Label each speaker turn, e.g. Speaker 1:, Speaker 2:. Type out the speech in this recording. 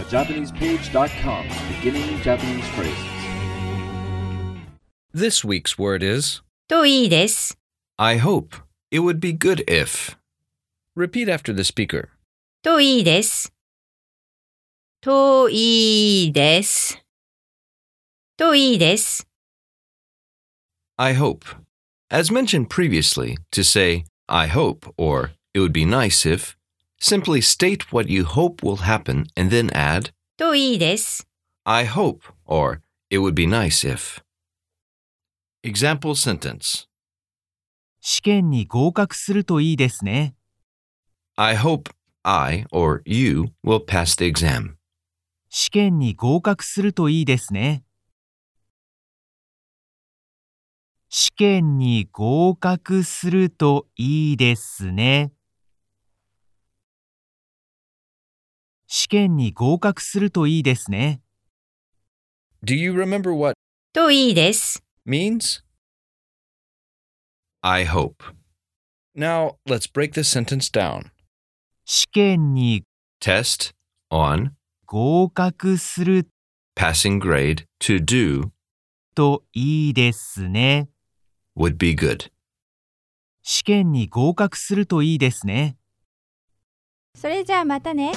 Speaker 1: at JapanesePage.com, beginning Japanese phrases.
Speaker 2: This week's word is
Speaker 3: といいです。
Speaker 4: I hope. It would be good if.
Speaker 2: repeat after the speaker.
Speaker 3: といいです。といいです。といいです。
Speaker 4: I hope. As mentioned previously, to say, I hope, or it would be nice if, simply state what you hope will happen and then add,
Speaker 3: といいです。
Speaker 4: I hope, or it would be nice if. Example sentence
Speaker 5: 試験に合格するといいですね。
Speaker 4: I hope I, or you, will pass the exam.
Speaker 5: 試験に合格するといいですね。試験に合格するといいですね。試験に合格するといいですね。
Speaker 2: Do you remember what
Speaker 3: といいです。
Speaker 2: means?
Speaker 4: I hope.
Speaker 2: Now, let's break this sentence down.
Speaker 5: 試験に
Speaker 4: Test on
Speaker 5: 合格する
Speaker 4: passing grade to do
Speaker 5: といいですね。
Speaker 4: would be good.
Speaker 5: 試験に合格するといいですね。
Speaker 6: それじゃあまたね。